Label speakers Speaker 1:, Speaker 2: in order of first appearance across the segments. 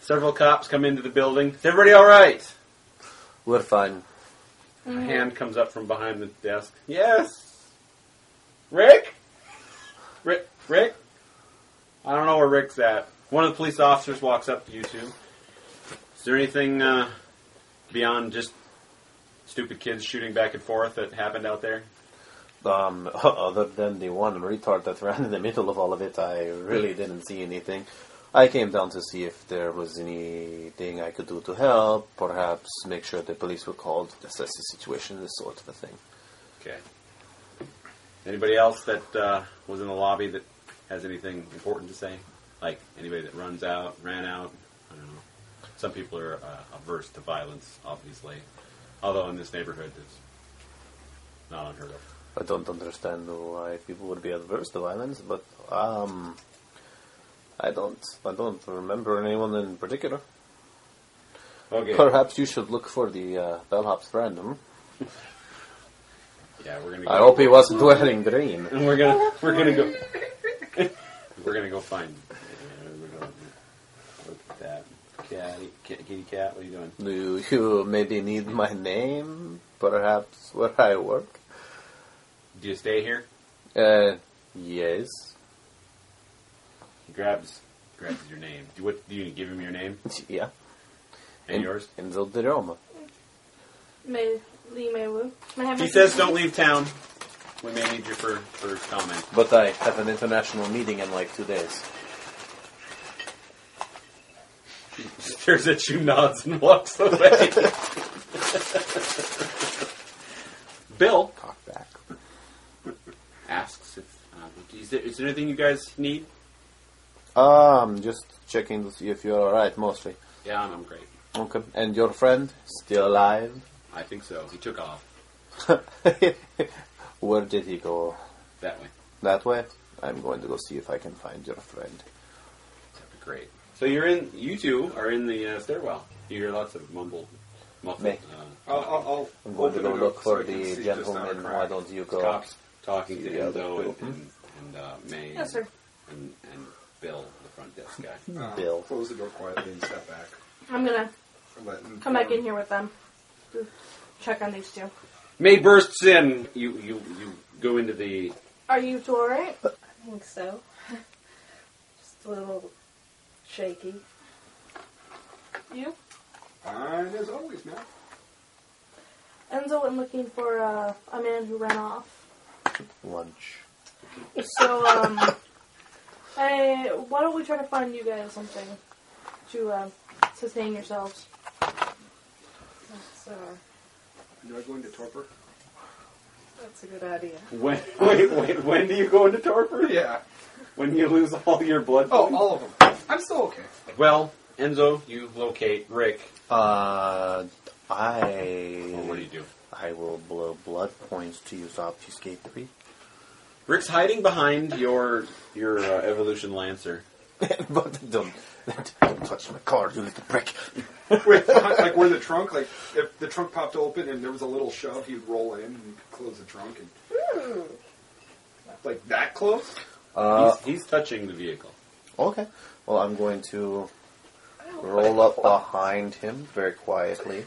Speaker 1: Several cops come into the building. Is everybody all right?
Speaker 2: We're fine.
Speaker 1: A hand comes up from behind the desk. Yes. Rick? Rick? Rick? I don't know where Rick's at. One of the police officers walks up to you two. Is there anything uh, beyond just stupid kids shooting back and forth that happened out there?
Speaker 2: Um, other than the one retard that ran in the middle of all of it, I really didn't see anything. I came down to see if there was anything I could do to help, perhaps make sure the police were called, assess the situation, this sort of a thing.
Speaker 1: Okay. Anybody else that uh, was in the lobby that has anything important to say? Like anybody that runs out, ran out? I don't know. Some people are uh, averse to violence, obviously. Although in this neighborhood, it's not unheard of.
Speaker 2: I don't understand why people would be adverse to violence, but um, I don't, I don't remember anyone in particular.
Speaker 1: Okay.
Speaker 2: Perhaps you should look for the uh, bellhop's friend. Hmm?
Speaker 1: Yeah, we're gonna. Go.
Speaker 2: I hope he wasn't wearing green.
Speaker 1: And we're gonna we're gonna go. we're gonna go find. yeah, we're gonna Look at that cat, kitty cat. What are you doing?
Speaker 2: Do you maybe need my name? Perhaps where I work?
Speaker 1: Do you stay here?
Speaker 2: Uh, yes.
Speaker 1: He grabs grabs your name. Do what? Do you give him your name
Speaker 2: Yeah.
Speaker 1: and yours?
Speaker 2: In Zilderoma.
Speaker 3: May Lee May Woo. May I have
Speaker 1: He
Speaker 3: my-
Speaker 1: says, "Don't leave town. We may need you for for comment."
Speaker 2: But I have an international meeting in like two days.
Speaker 1: Stares at you, nods, and walks away. Bill
Speaker 2: Cock back.
Speaker 1: asks if uh, is, there, is there anything you guys need?
Speaker 2: Um, just checking to see if you're alright mostly.
Speaker 1: Yeah, I'm, I'm great.
Speaker 2: Okay. And your friend? Still alive?
Speaker 1: I think so. He took off
Speaker 2: Where did he go?
Speaker 1: that way.
Speaker 2: That way? I'm going to go see if I can find your friend.
Speaker 1: That'd be great. So you're in. You two are in the uh, stairwell. You hear lots of mumble, muffled
Speaker 2: Me.
Speaker 1: uh,
Speaker 4: I'll, I'll, I'll
Speaker 2: I'm going to
Speaker 4: open
Speaker 2: go
Speaker 4: it
Speaker 2: look
Speaker 4: up
Speaker 2: for
Speaker 4: so I can see
Speaker 2: the
Speaker 4: if there's not a
Speaker 2: gentleman.
Speaker 4: crack.
Speaker 2: Why don't you go?
Speaker 1: cops talking to
Speaker 2: Yeah,
Speaker 1: him
Speaker 2: the
Speaker 1: though, and,
Speaker 2: two.
Speaker 1: and, and uh, May
Speaker 3: Yes, sir.
Speaker 1: and and Bill, the front desk guy.
Speaker 4: No,
Speaker 2: Bill.
Speaker 4: Close the door quietly and step back.
Speaker 3: I'm gonna
Speaker 4: and let him-
Speaker 3: come back in here with them. Check on these two.
Speaker 1: May bursts in. You you you go into the
Speaker 3: Are you two alright?
Speaker 5: I think so. Just a little shaky.
Speaker 3: You?
Speaker 4: Fine as always, man.
Speaker 3: Enzo went looking for uh, a man who ran off.
Speaker 2: Lunch.
Speaker 3: So, um, hey, why don't we try to find you guys something to uh, sustain yourselves?
Speaker 5: That's, uh,
Speaker 4: Do I go into torpor?
Speaker 5: that's a good idea.
Speaker 1: when wait wait when do you go into torpor?
Speaker 4: Yeah.
Speaker 1: When you lose all your blood.
Speaker 4: Oh, all of them. I'm still okay.
Speaker 1: Well, Enzo, you locate Rick.
Speaker 2: Uh, I.
Speaker 1: Well, what do you do?
Speaker 2: I will blow blood points to use obfuscate three.
Speaker 1: Rick's hiding behind your your uh, evolution lancer.
Speaker 2: but don't, don't touch my car, you little prick.
Speaker 4: Wait, like where the trunk, like if the trunk popped open and there was a little shove, he'd roll in and close the trunk and.
Speaker 3: Hmm.
Speaker 4: Like that close?
Speaker 2: Uh,
Speaker 1: he's, he's touching the vehicle.
Speaker 2: okay. Well, I'm going to roll up behind him very quietly.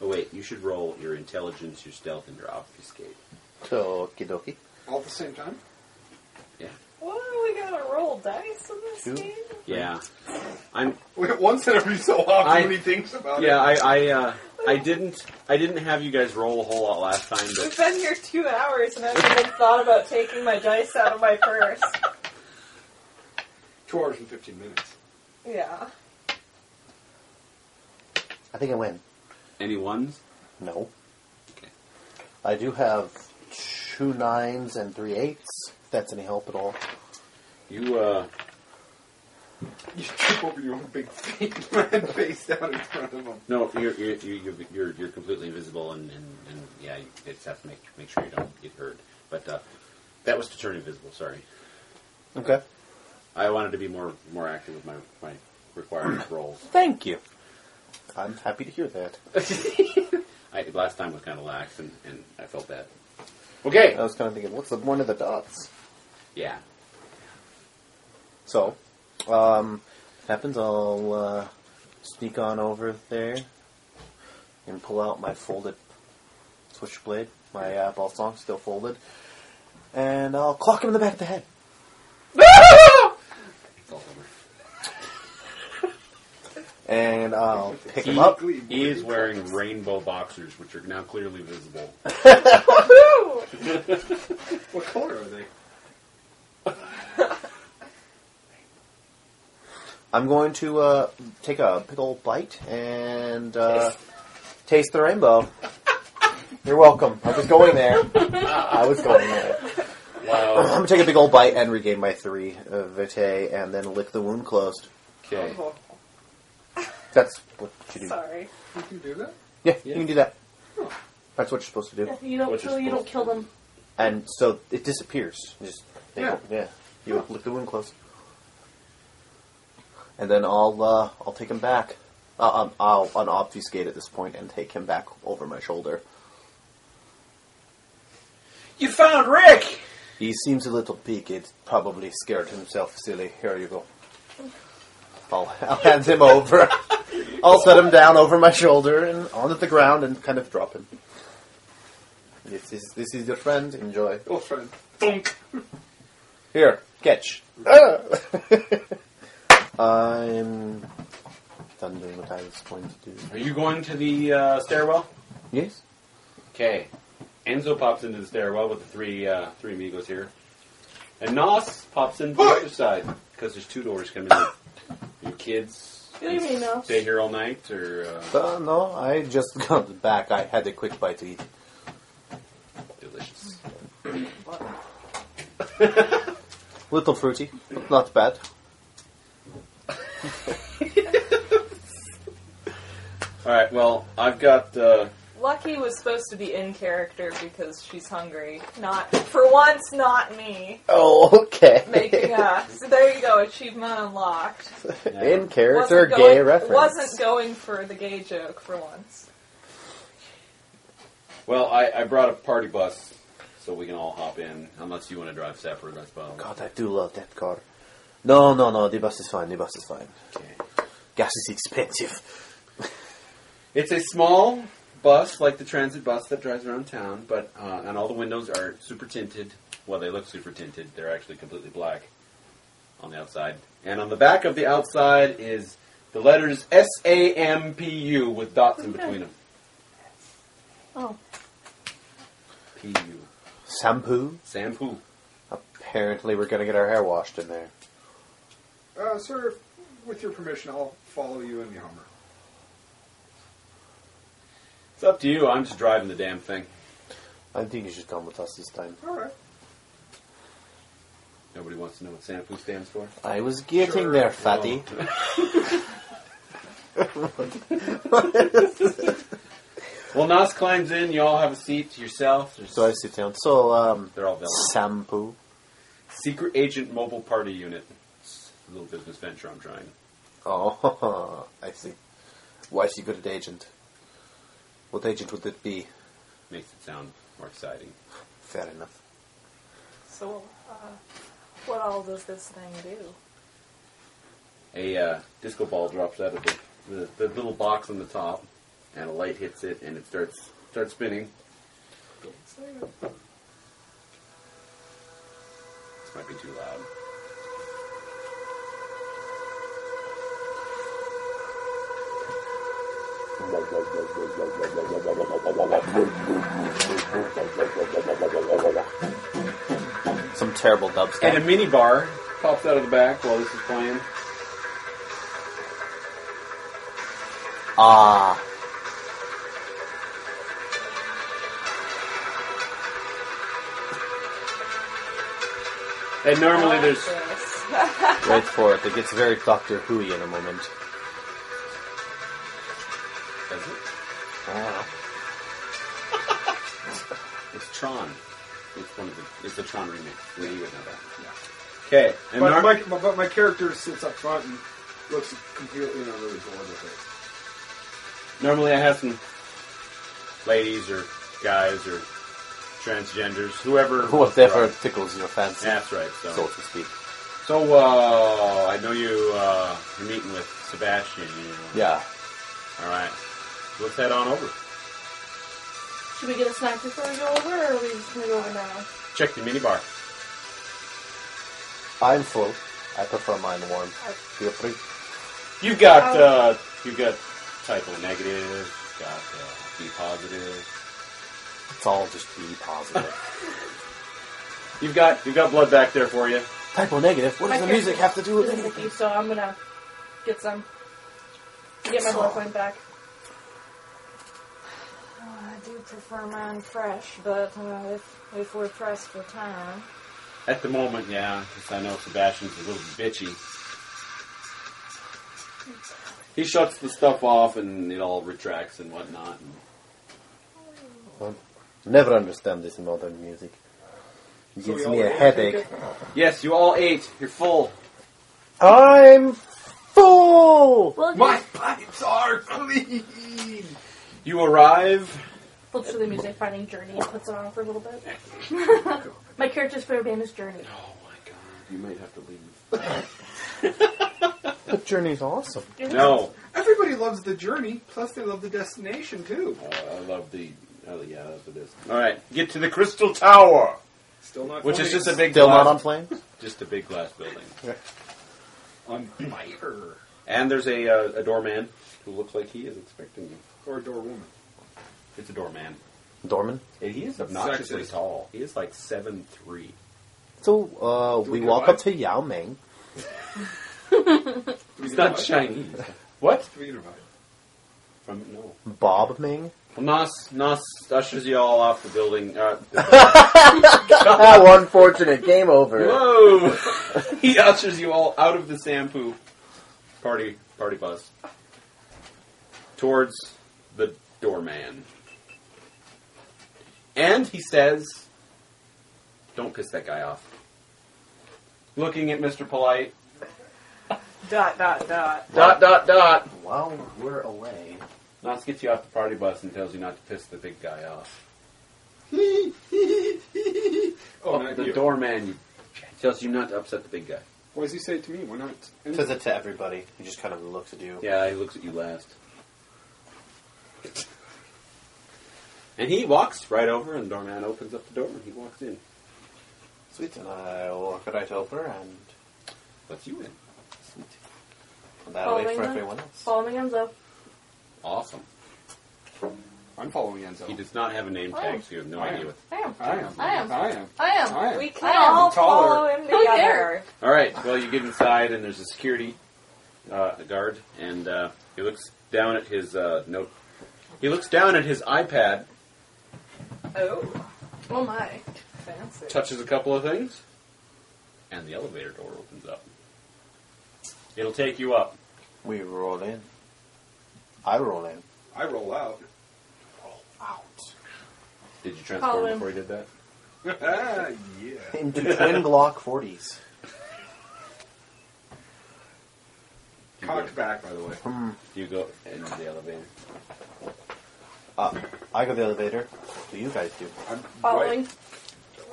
Speaker 1: Oh wait, you should roll your intelligence, your stealth, and your obfuscate.
Speaker 2: Okie dokie.
Speaker 4: All at the same time?
Speaker 1: Yeah.
Speaker 5: Whoa, we gotta roll dice in this
Speaker 2: Two.
Speaker 5: game?
Speaker 1: Yeah. I'm
Speaker 4: Wait, once in every so often
Speaker 1: I-
Speaker 4: when he thinks about
Speaker 1: yeah,
Speaker 4: it.
Speaker 1: I I uh, I didn't I didn't have you guys roll a whole lot last time, but
Speaker 5: We've been here two hours and I haven't even thought about taking my dice out of my purse.
Speaker 4: Two hours and 15 minutes.
Speaker 5: Yeah.
Speaker 2: I think I win.
Speaker 1: any ones?
Speaker 2: No.
Speaker 1: Okay.
Speaker 2: I do have two nines and three eights. If that's any help at all.
Speaker 1: You uh
Speaker 4: You trip over your own big feet and face down in front of them.
Speaker 6: No, you're you're you're, you're, you're, you're completely invisible, and, and, and yeah, you just have to make make sure you don't get heard. But uh, that was to turn invisible. Sorry,
Speaker 2: Okay.
Speaker 6: I wanted to be more more active with my my required roles.
Speaker 2: Thank you. I'm happy to hear that.
Speaker 6: I last time was kind of lax, and, and I felt that. Okay,
Speaker 2: I was kind of thinking, what's the point of the dots?
Speaker 6: yeah,
Speaker 2: So, um, happens. I'll uh, sneak on over there and pull out my folded switchblade, my uh, ball song still folded, and I'll clock him in the back of the head.
Speaker 6: it's all over.
Speaker 2: And I'll pick him
Speaker 6: He-
Speaker 2: up.
Speaker 6: He is wearing rainbow boxers, which are now clearly visible.
Speaker 4: What color are they?
Speaker 2: I'm going to uh, take a big old bite and uh, taste the rainbow. You're welcome. I was going there. I was going there. I'm
Speaker 6: Wow.
Speaker 2: gonna take a big old bite and regain my three uh, vitae, and then lick the wound closed.
Speaker 6: Okay.
Speaker 4: Oh,
Speaker 2: That's what you do.
Speaker 5: Sorry.
Speaker 4: you can do that?
Speaker 2: Yeah,
Speaker 6: Yeah.
Speaker 2: you can do that. That's what you're supposed to do.
Speaker 3: You don't
Speaker 6: Which is
Speaker 3: kill. You don't
Speaker 6: supposed
Speaker 3: kill
Speaker 6: to-
Speaker 3: them.
Speaker 2: And so it disappears. You just
Speaker 4: Yeah.
Speaker 2: yeah. You lick the wound closed, and then I'll uh, I'll take him back. Uh, um, I'll unobfuscate at this point and take him back over my shoulder.
Speaker 1: You found Rick!
Speaker 2: He seems a little peaked. Probably scared himself silly. Here you go. I'll, I'll hand him over. I'll set him down over my shoulder and onto the ground and kind of drop him. This is this is your friend. Enjoy.
Speaker 4: Oh, friend.
Speaker 1: Thunk!
Speaker 2: Here, catch. I'm done doing what I was going to do.
Speaker 1: Are you going to the uh, stairwell?
Speaker 2: Yes.
Speaker 1: Okay. Enzo pops into the stairwell with the three uh, three amigos here. And Nos pops in from the other side because there's two doors coming in. Your kids
Speaker 3: What do you mean, Nos?
Speaker 1: stay here all night, or uh,
Speaker 2: Uh, no, I just got back. I had a quick bite to eat.
Speaker 6: Delicious.
Speaker 2: Little fruity, but not bad.
Speaker 1: all right. Well, I've got uh,
Speaker 5: Lucky was supposed to be in character because she's hungry. Not for once, not me.
Speaker 2: Oh, okay.
Speaker 5: Making up. So there you go, achievement unlocked.
Speaker 2: In character,
Speaker 5: Wasn't
Speaker 2: gay
Speaker 5: going-
Speaker 2: reference.
Speaker 5: Wasn't going for the gay joke for once.
Speaker 1: well, I, I brought a party bus so we can all hop in. Unless you want to drive separate, I suppose.
Speaker 2: God, I do love that car. No, no, no. The bus is fine. The bus is fine.
Speaker 1: Okay.
Speaker 2: Gas is expensive.
Speaker 1: It's a small bus, like the transit bus that drives around town, but uh, and all the windows are super tinted. Well, they look super tinted. They're actually completely black on the outside, and on the back of the outside is the letters S A M P U with dots in between them.
Speaker 3: Oh,
Speaker 1: P U
Speaker 2: Shampoo.
Speaker 1: Sampu.
Speaker 2: Apparently, we're gonna get our hair washed in there.
Speaker 4: Uh, sir, with your permission, I'll follow you in the Hummer.
Speaker 1: It's up to you. I'm just driving the damn thing.
Speaker 2: I think you should come with us this time.
Speaker 4: All right.
Speaker 1: Nobody wants to know what Sampu stands for.
Speaker 2: I was getting
Speaker 4: Sure.
Speaker 2: there, fatty.
Speaker 1: Oh. Well, Nas climbs in. You all have a seat to yourself. There's-
Speaker 2: So I sit down. So, um,
Speaker 1: they're all villains.
Speaker 2: Sampu.
Speaker 1: Secret Agent Mobile Party Unit. It's a little business venture I'm trying.
Speaker 2: Oh, I see. Why is he good at agent? What agent would it be?
Speaker 1: Makes it sound more exciting.
Speaker 2: Fair enough.
Speaker 5: So, uh, what all does this thing do?
Speaker 1: A uh, disco ball drops out of the, the, the little box on the top, and a light hits it, and it starts starts spinning. This might be too loud.
Speaker 2: Some terrible
Speaker 1: And a
Speaker 2: dubstep.
Speaker 1: mini bar pops out of the back while this is playing.
Speaker 2: Ah.
Speaker 1: And normally
Speaker 5: I like
Speaker 1: there's
Speaker 5: Oh, this.
Speaker 2: Wait for it. It gets very Doctor Who in a moment.
Speaker 6: Does it?
Speaker 2: I don't
Speaker 4: Oh.
Speaker 2: know.
Speaker 6: It's Tron. It's one of the. It's the Tron remake. Yeah, you would know that.
Speaker 1: Okay, and
Speaker 4: But
Speaker 1: Nar-
Speaker 4: my, my, but my character sits up front and looks completely and utterly bored with
Speaker 1: normally I have some ladies or guys or transgenders, whoever.
Speaker 2: Whatever tickles your fancy,
Speaker 1: That's right.
Speaker 2: so to speak.
Speaker 1: So, uh, I know you, uh, you're meeting with Sebastian. You
Speaker 2: Yeah.
Speaker 1: Alright. Let's head on over.
Speaker 3: Should we get a snack before we go over, or are we just gonna go over now?
Speaker 1: Check the minibar.
Speaker 2: I'm full. I prefer mine warm. Feel free.
Speaker 1: You've got, uh, you've got type O negative, got, uh, B positive.
Speaker 2: It's all just be positive.
Speaker 1: You've got, you've got blood back there for you.
Speaker 2: Typo negative. What does
Speaker 3: My
Speaker 2: the music have to do with
Speaker 3: is
Speaker 2: anything?
Speaker 3: icky, so I'm gonna get some. Get my
Speaker 2: some.
Speaker 3: blood point back.
Speaker 5: I do prefer mine fresh, but uh, if, if we're pressed for time.
Speaker 1: At the moment, yeah, because I know Sebastian's a little bitchy. He shuts the stuff off and it all retracts and whatnot. And
Speaker 2: Never understand this modern music. It
Speaker 4: So
Speaker 2: gives
Speaker 4: we
Speaker 2: me a
Speaker 4: all-
Speaker 2: headache.
Speaker 1: yes, you all ate. You're full.
Speaker 2: I'm full.
Speaker 3: Well,
Speaker 4: it. My pipes are clean!
Speaker 1: You arrive.
Speaker 3: flips to the music, finding Journey, and puts it on for a little bit. my character's favorite band is Journey.
Speaker 1: Oh my god, you might have to leave.
Speaker 2: The journey's awesome.
Speaker 1: No.
Speaker 4: Everybody loves the journey, plus they love the destination too.
Speaker 1: Oh, I love the. Oh, yeah, that's what it is. Alright, get to the Crystal Tower,
Speaker 4: Still not
Speaker 1: which is
Speaker 4: flames.
Speaker 1: just a big
Speaker 2: Still
Speaker 1: glass,
Speaker 2: not on flame.
Speaker 1: just a big glass building.
Speaker 4: on fire.
Speaker 1: And there's a, uh, a doorman who looks like he is expecting you.
Speaker 4: Or a door woman.
Speaker 1: It's a doorman.
Speaker 2: Dorman.
Speaker 1: And he is obnoxiously
Speaker 4: Sexist.
Speaker 1: tall. He is like seven three.
Speaker 2: So uh,
Speaker 4: Do
Speaker 2: we
Speaker 4: we
Speaker 2: walk
Speaker 4: go
Speaker 2: up to Yao Ming.
Speaker 4: Do we
Speaker 1: It's
Speaker 4: get a
Speaker 1: not
Speaker 4: vibe?
Speaker 1: Chinese. what?
Speaker 4: Do we get a vibe?
Speaker 1: From no.
Speaker 2: Bob Ming.
Speaker 1: Well, Nos Nos ushers you all off the building. Uh,
Speaker 2: How unfortunate. Game over.
Speaker 1: whoa! he ushers you all out of the Sampu party party bus towards the doorman, and he says, "Don't piss that guy off." Looking at Mister Polite.
Speaker 5: Dot, dot, dot.
Speaker 1: Dot dot dot.
Speaker 2: While we're away,
Speaker 1: Nos gets you off the party bus and tells you not to piss the big guy off.
Speaker 4: oh,
Speaker 1: Oh,
Speaker 4: not
Speaker 1: the
Speaker 4: you.
Speaker 1: doorman you- tells you not to upset the big guy.
Speaker 4: Why does he say it to me? Why not? And
Speaker 2: says it to everybody. He just kind of looks at you.
Speaker 1: Yeah, he looks at you last. And he walks right over, and the doorman opens up the door, and he walks in.
Speaker 2: Sweet. And I walk right over and
Speaker 1: What's you in?
Speaker 2: that
Speaker 3: Follow
Speaker 2: way for
Speaker 3: Raymond.
Speaker 2: everyone else.
Speaker 3: Following Enzo.
Speaker 1: Awesome.
Speaker 4: I'm following Enzo.
Speaker 1: He does not have a name tag, so you have no
Speaker 4: I
Speaker 1: idea
Speaker 4: am.
Speaker 1: what.
Speaker 5: I am.
Speaker 4: I am.
Speaker 3: I am.
Speaker 4: I am.
Speaker 3: I am.
Speaker 4: I am.
Speaker 5: We
Speaker 3: I
Speaker 5: can
Speaker 3: am
Speaker 5: all
Speaker 4: taller.
Speaker 5: follow him
Speaker 3: Don't
Speaker 5: together.
Speaker 1: All right. Well, you get inside, and there's a security uh, a guard, and uh, he looks down at his uh, note. He looks down at his iPad,
Speaker 5: Oh,
Speaker 3: Oh my.
Speaker 5: fancy.
Speaker 1: touches a couple of things, and the elevator door opens up. It'll take you up.
Speaker 2: We roll in. I roll in.
Speaker 4: I roll out.
Speaker 1: Did you
Speaker 3: Follow
Speaker 1: transform
Speaker 3: him.
Speaker 1: before you did that?
Speaker 4: Ah, yeah.
Speaker 2: Into twin Glock 40s.
Speaker 4: Cocked back, by the way.
Speaker 1: You go into the elevator.
Speaker 2: Uh, I go to the elevator. Do you guys do?
Speaker 4: I'm
Speaker 3: Following.
Speaker 4: Right,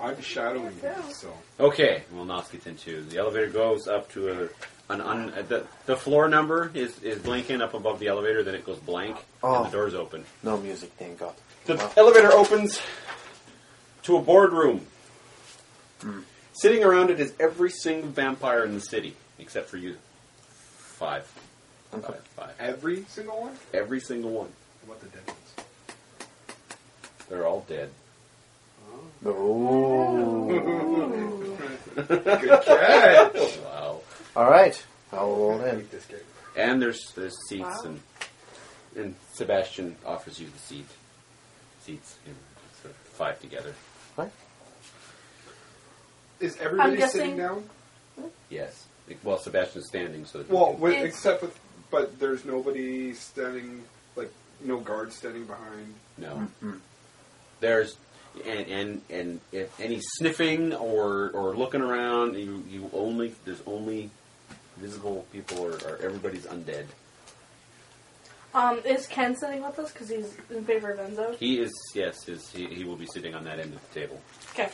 Speaker 4: I'm shadowing him, so
Speaker 1: Okay, well, Nos gets into the elevator. Goes up to a, an un, uh, the the floor number is is blinking up above the elevator. Then it goes blank,
Speaker 2: Oh.
Speaker 1: and the door's open.
Speaker 2: No music, thank God.
Speaker 1: The
Speaker 2: Well,
Speaker 1: elevator opens to a boardroom. Sitting around it is every single vampire in the city, except for you. Five. Five. Five.
Speaker 4: every single one.
Speaker 1: Every single one.
Speaker 4: What the dead ones?
Speaker 1: They're all dead.
Speaker 2: oh.
Speaker 4: Good catch.
Speaker 1: Wow.
Speaker 2: All right. I'll roll
Speaker 4: I
Speaker 2: in.
Speaker 4: hate this game.
Speaker 1: And there's there's seats
Speaker 3: Wow.
Speaker 1: and and Sebastian offers you the seat. Seats in sort of five together.
Speaker 2: What?
Speaker 4: Is everybody
Speaker 3: I'm guessing-
Speaker 4: sitting down?
Speaker 1: Yes. Well, Sebastian's standing, so. that-
Speaker 4: Well, with,
Speaker 3: It's-
Speaker 4: except with, but there's nobody standing, like no guard standing behind.
Speaker 1: No.
Speaker 2: Mm-hmm.
Speaker 1: There's and and and if any sniffing or or looking around, you you only there's only visible people or, or everybody's undead.
Speaker 3: Um, is Ken sitting with us because he's in favor of Enzo?
Speaker 1: He is yes, is he, he will be sitting on that end of the table.
Speaker 3: Okay.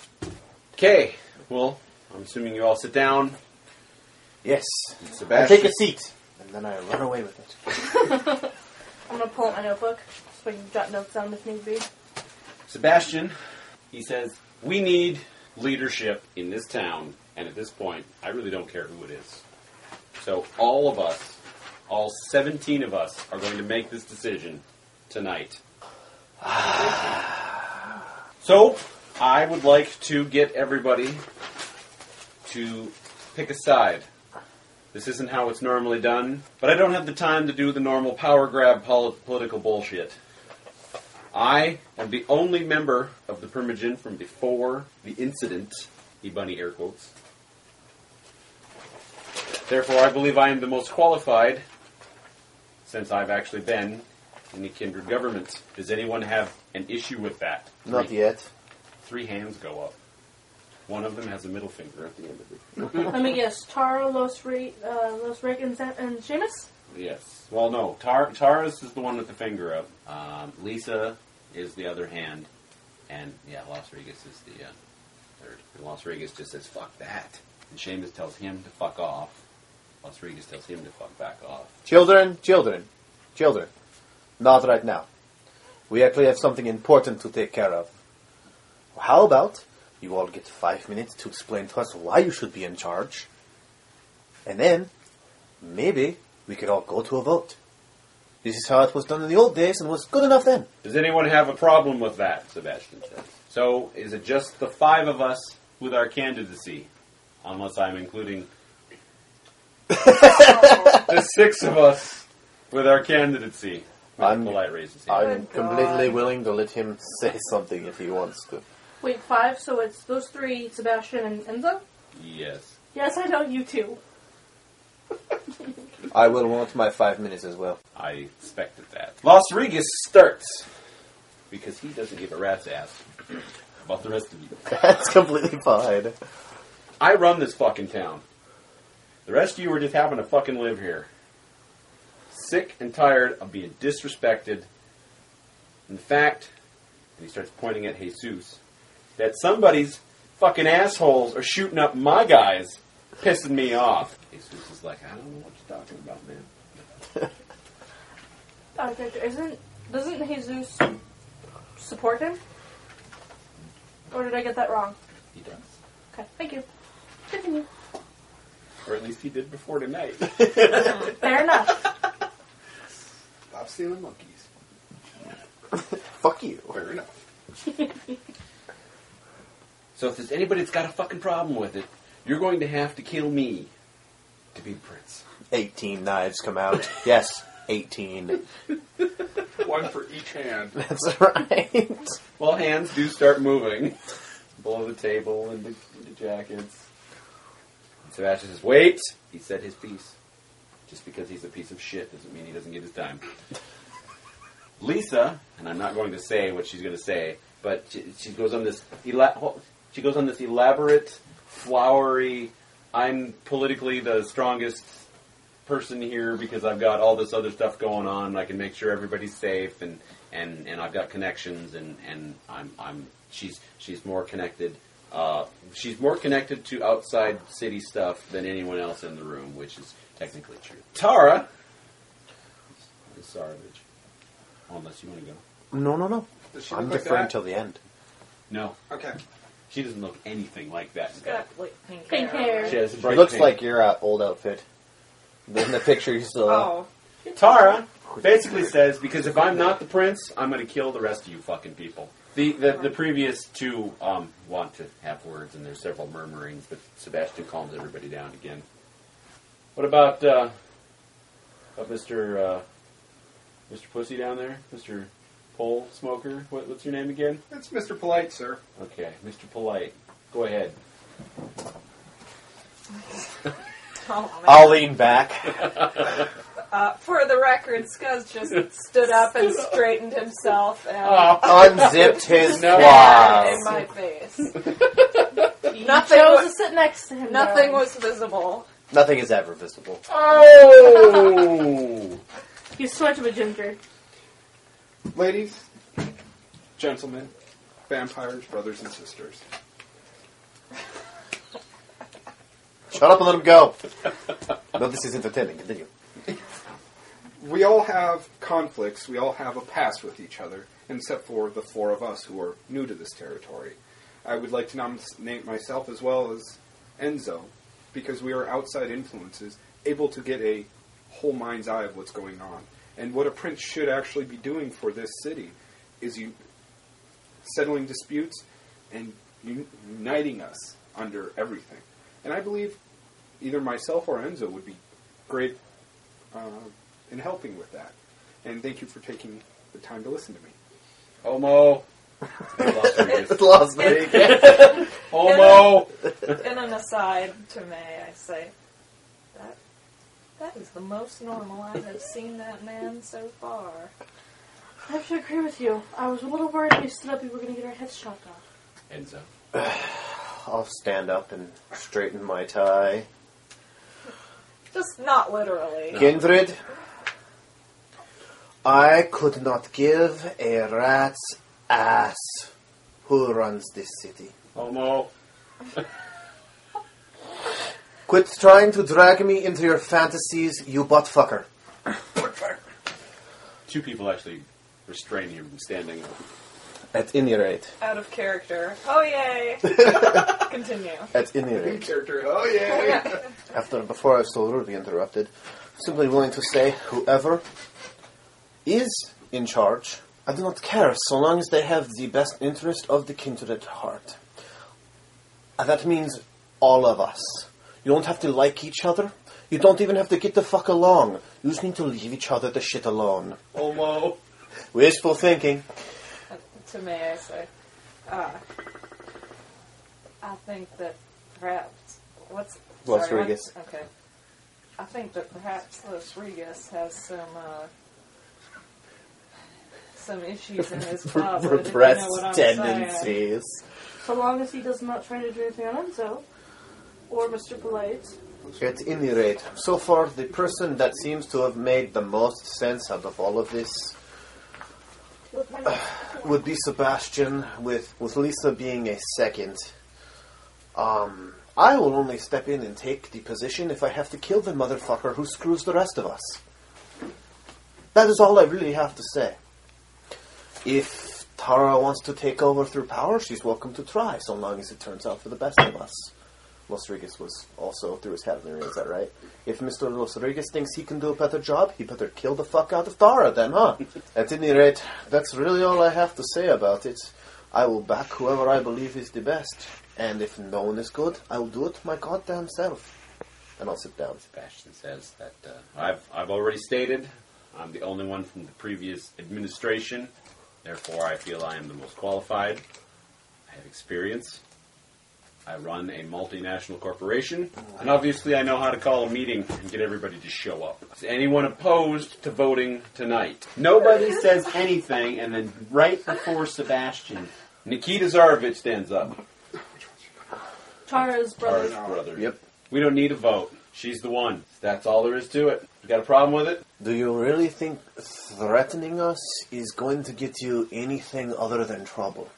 Speaker 1: Okay. Well, I'm assuming you all sit down.
Speaker 2: Yes. I
Speaker 1: Sebastian,
Speaker 2: take a seat, and then I run away with it.
Speaker 3: I'm gonna pull out my notebook so I can jot notes down if need be.
Speaker 1: Sebastian, he says we need leadership in this town, and at this point, I really don't care who it is. So all of us, all 17 of us, are going to make this decision tonight. So, I would like to get everybody to pick a side. This isn't how it's normally done, but I don't have the time to do the normal power grab pol- political bullshit. I am the only member of the Primogen from before the incident, E Bunny air quotes. Therefore, I believe I am the most qualified since I've actually been in the kindred government. Does anyone have an issue with that?
Speaker 2: Not yet.
Speaker 1: Three hands go up. One of them has a middle finger at the end of it.
Speaker 3: Let me guess. Tara, Los, Re- uh, Los Rick, and, Sa- and Seamus?
Speaker 1: Yes. Well, no. Tar- Taurus is the one with the finger up. Um, Lisa is the other hand. And, yeah, Las Vegas is the uh, third. And Las Vegas just says, fuck that. And Seamus tells him to fuck off. Las Vegas tells him to fuck back off.
Speaker 2: Children, children, children. Not right now. We actually have something important to take care of. How about you all get five minutes to explain to us why you should be in charge? And then, maybe, we could all go to a vote. This is how it was done in the old days and was good enough then.
Speaker 1: Does anyone have a problem with that? Sebastian says. So, is it just the five of us with our candidacy? Unless I'm including the six of us with our candidacy.
Speaker 2: I'm-
Speaker 1: polite raises his hand.
Speaker 2: I'm
Speaker 5: Good
Speaker 2: completely
Speaker 5: God.
Speaker 2: willing to let him say something if he wants to.
Speaker 3: Wait, five. So it's those three, Sebastian and Enzo.
Speaker 1: Yes.
Speaker 3: Yes, I know you two.
Speaker 2: I will want my five minutes as well.
Speaker 1: I expected that. Las Vegas starts because he doesn't give a rat's ass about the rest of you.
Speaker 2: That's completely fine.
Speaker 1: I run this fucking town. The rest of you are just happen to fucking live here. Sick and tired of being disrespected. In fact, and he starts pointing at Jesus, that somebody's fucking assholes are shooting up my guys, pissing me off. Jesus is like, I don't know what you're talking about, man.
Speaker 3: Uh, Victor, isn't doesn't Jesus support him? Or did I get that wrong?
Speaker 1: He does.
Speaker 3: Okay, thank you. Continue.
Speaker 1: Or at least he did before tonight.
Speaker 3: Fair enough.
Speaker 4: Stop stealing monkeys.
Speaker 2: Fuck you.
Speaker 4: Fair enough.
Speaker 1: So if there's anybody that's got a fucking problem with it, you're going to have to kill me to be the prince.
Speaker 2: 18 knives come out. Yes, 18.
Speaker 4: One for each hand.
Speaker 2: That's right.
Speaker 1: Well, hands do start moving below the table and the, the jackets. And Sebastian says, "Wait." He said his piece. Just because he's a piece of shit doesn't mean he doesn't get his time. Lisa, and I'm not going to say what she's going to say, but she, she goes on this ela- she goes on this elaborate, flowery. I'm politically the strongest person here because I've got all this other stuff going on. I can make sure everybody's safe, and and and I've got connections, and and I'm I'm she's she's more connected. Uh, she's more connected to outside city stuff than anyone else in the room, which is technically true. Tara, is Sarovich, unless you want to go.
Speaker 2: No, no, no.
Speaker 4: Does she
Speaker 2: I'm
Speaker 4: look like
Speaker 2: deferring
Speaker 4: that?
Speaker 2: till the end.
Speaker 1: No,
Speaker 4: Okay.
Speaker 1: she doesn't look anything like that.
Speaker 5: She's got like pink,
Speaker 3: Pink hair.
Speaker 1: She has
Speaker 2: It
Speaker 1: bright
Speaker 2: looks
Speaker 1: pink.
Speaker 2: like your uh, old outfit. In the picture you uh, saw.
Speaker 5: Oh,
Speaker 1: Tara basically says, because if I'm not the prince, I'm going to kill the rest of you fucking people. The the, the previous two um, want to have words, and there's several murmurings, but Sebastian calms everybody down again. What about uh, about Mr. Uh, Mr. Pussy down there, Mr. Pole Smoker? What, what's your name again?
Speaker 4: It's Mr. Polite, sir.
Speaker 1: Okay, Mr. Polite. Go ahead.
Speaker 5: Oh, man.
Speaker 2: I'll lean back.
Speaker 5: Uh, for the record, Scuzz just stood up and straightened himself and
Speaker 1: Oh,
Speaker 2: Unzipped his
Speaker 1: No.
Speaker 5: stared in
Speaker 2: claws.
Speaker 5: my face.
Speaker 3: You
Speaker 5: Nothing
Speaker 3: chose
Speaker 5: was-
Speaker 3: to sit next to him.
Speaker 5: Nothing
Speaker 3: darling.
Speaker 5: was visible.
Speaker 2: Nothing is ever visible.
Speaker 1: Oh!
Speaker 3: He's so much of a ginger.
Speaker 4: Ladies, gentlemen, vampires, brothers and sisters.
Speaker 2: Shut up and let him go. No, this is entertaining. Continue.
Speaker 4: We all have conflicts, we all have a past with each other, except for the four of us who are new to this territory. I would like to nominate myself as well as Enzo, because we are outside influences, able to get a whole mind's eye of what's going on. And what a prince should actually be doing for this city is you settling disputes and un- uniting us under everything. And I believe either myself or Enzo would be great uh, in helping with that. And thank you for taking the time to listen to me.
Speaker 1: Homo. I lost my voice.
Speaker 2: It's lost me.
Speaker 1: Homo.
Speaker 5: In an aside to May, I say, that, that is the most normal eyes I've seen that man so far.
Speaker 3: I have to agree with you. I was a little worried when you stood up. You were going to get our heads chopped off.
Speaker 1: Enzo.
Speaker 2: I'll stand up and straighten my tie.
Speaker 5: Just not literally.
Speaker 2: Kindred, I could not give a rat's ass who runs this city.
Speaker 1: Homo.
Speaker 2: Quit trying to drag me into your fantasies, you butt fucker.
Speaker 1: Two people actually restrain you from standing up.
Speaker 2: At any rate.
Speaker 5: Out of character. Oh, yay! Continue.
Speaker 2: At any rate.
Speaker 4: Character, oh yeah!
Speaker 2: After before I was so rudely interrupted, simply willing to say whoever is in charge, I do not care so long as they have the best interest of the kindred at heart. And that means all of us. You don't have to like each other. You don't even have to get the fuck along. You just need to leave each other the shit alone.
Speaker 1: Homo.
Speaker 2: Wishful thinking.
Speaker 5: to me, I say, uh, I think that perhaps what's
Speaker 2: Los
Speaker 5: sorry, what-
Speaker 2: Rodriguez.
Speaker 5: Okay, I think that perhaps Los Rodriguez has some uh, some issues in his closet. if you know
Speaker 2: Repressed
Speaker 5: what I'm saying.
Speaker 2: tendencies.
Speaker 3: So long as he does not try to do anything on Enzo or Mr. Polite.
Speaker 2: At any rate, so far the person that seems to have made the most sense out of all of this would be Sebastian, with, with Lisa being a second. Um, I will only step in and take the position if I have to kill the motherfucker who screws the rest of us. That is all I really have to say. If Tara wants to take over through power, she's welcome to try, so long as it turns out for the best of us. Los Rodriguez was also through his hat in the ring, is that right? If Mr. Los Rodriguez thinks he can do a better job, he better kill the fuck out of Tara then, huh? At any rate, that's really all I have to say about it. I will back whoever I believe is the best, and if no one is good, I will do it my goddamn self. And I'll sit down.
Speaker 1: Sebastian says that uh, I've, I've already stated I'm the only one from the previous administration, therefore, I feel I am the most qualified. I have experience. I run a multinational corporation, and obviously, I know how to call a meeting and get everybody to show up. Is anyone opposed to voting tonight? Nobody says anything, and then right before Sebastian, Nikita Zarovich stands up.
Speaker 3: Tara's brother.
Speaker 1: Tara's brother. We don't need a vote. She's the one. That's all there is to it. You got a problem with it?
Speaker 2: Do you really think threatening us is going to get you anything other than trouble?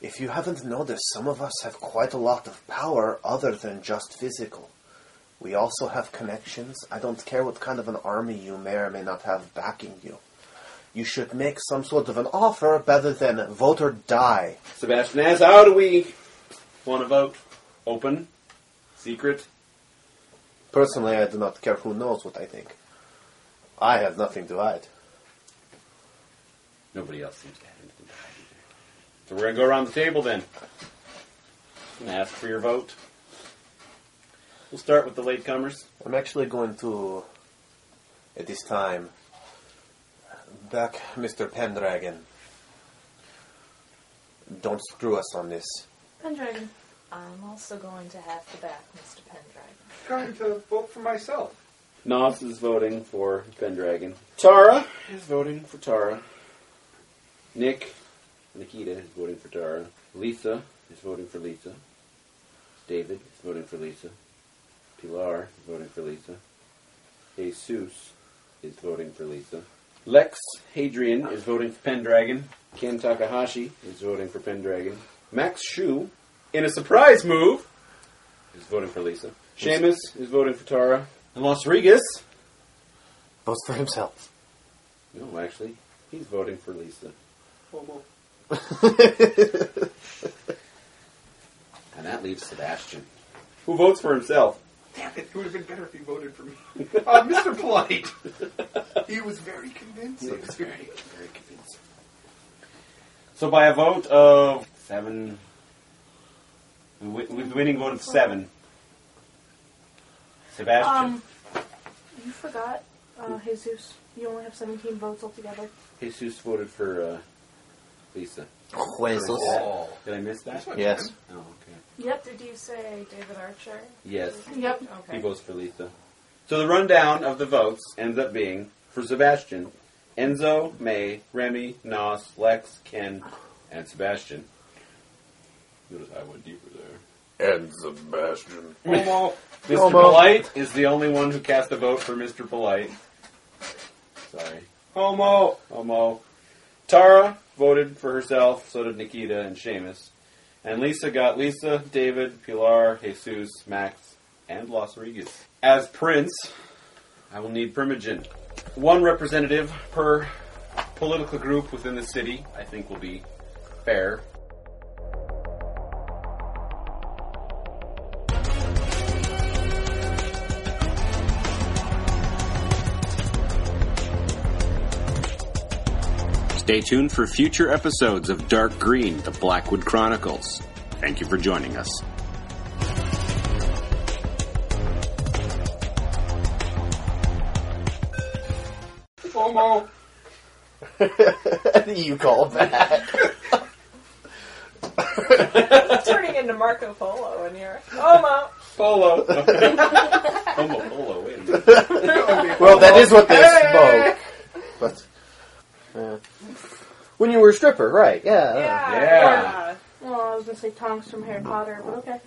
Speaker 2: If you haven't noticed, some of us have quite a lot of power other than just physical. We also have connections. I don't care what kind of an army you may or may not have backing you. You should make some sort of an offer rather than vote or die.
Speaker 1: Sebastian asks, how do we want to vote? Open? Secret?
Speaker 2: Personally, I do not care who knows what I think. I have nothing to hide.
Speaker 1: Nobody else seems to have anything to hide either. So we're going to go around the table then. And ask for your vote. We'll start with the latecomers.
Speaker 2: I'm actually going to, at this time, back Mr. Pendragon. Don't screw us on this.
Speaker 3: Pendragon.
Speaker 5: I'm also going to have to back Mr.
Speaker 4: Going
Speaker 5: Pendragon.
Speaker 4: to vote for myself.
Speaker 1: Nos is voting for Pendragon.
Speaker 7: Tara is voting for Tara.
Speaker 1: Nick, Nikita is voting for Tara. Lisa is voting for Lisa. David is voting for Lisa. Pilar is voting for Lisa. Jesus is voting for Lisa. Lex Hadrian is voting for Pendragon. Ken Takahashi is voting for Pendragon. Max Shu, in a surprise move, is voting for Lisa. Seamus is voting for Tara.
Speaker 7: And Los Regas.
Speaker 2: Votes for himself.
Speaker 1: No, actually, he's voting for Lisa. And that leaves Sebastian.
Speaker 7: Who votes for himself?
Speaker 4: Damn it, it would have been better if he voted for me. Uh, Mr. Polite! He was very convincing.
Speaker 1: very convincing. So by a vote of seven, we wi- with the winning vote of seven, Sebastian.
Speaker 3: Um, you forgot uh, Jesus. You only have 17 votes altogether.
Speaker 1: Jesus voted for uh, Lisa.
Speaker 2: Jesus.
Speaker 1: Did I miss that?
Speaker 2: Yes.
Speaker 1: Oh, okay.
Speaker 3: Yep.
Speaker 5: Did you say David Archer?
Speaker 1: Yes,
Speaker 3: Yep.
Speaker 1: he
Speaker 5: Okay.
Speaker 1: votes for Lisa. So the rundown of the votes ends up being for Sebastian, Enzo, May, Remy, Nos, Lex, Ken, and Sebastian. Notice I went deeper there.
Speaker 2: And Sebastian.
Speaker 1: Mr.
Speaker 2: Homo.
Speaker 1: Polite is the only one who cast a vote for Mr. Polite. Sorry. Homo. Homo. Tara voted for herself, so did Nikita and Seamus. And Lisa got Lisa, David, Pilar, Jesus, Max, and Los Regis. As Prince, I will need Primogen. One representative per political group within the city, I think will be fair. Stay tuned for future episodes of Dark Green, The Blackwood Chronicles. Thank you for joining us.
Speaker 4: Homo!
Speaker 2: you called that.
Speaker 5: Turning into Marco Polo and you're oh, Oma.
Speaker 1: Polo. Homo polo, wait a minute.
Speaker 2: Well, that is what they spoke. But yeah. when you were a stripper, right? Oh, Yeah.
Speaker 5: Yeah.
Speaker 1: Yeah.
Speaker 3: Well, I was gonna say tongs from Harry Potter, but okay.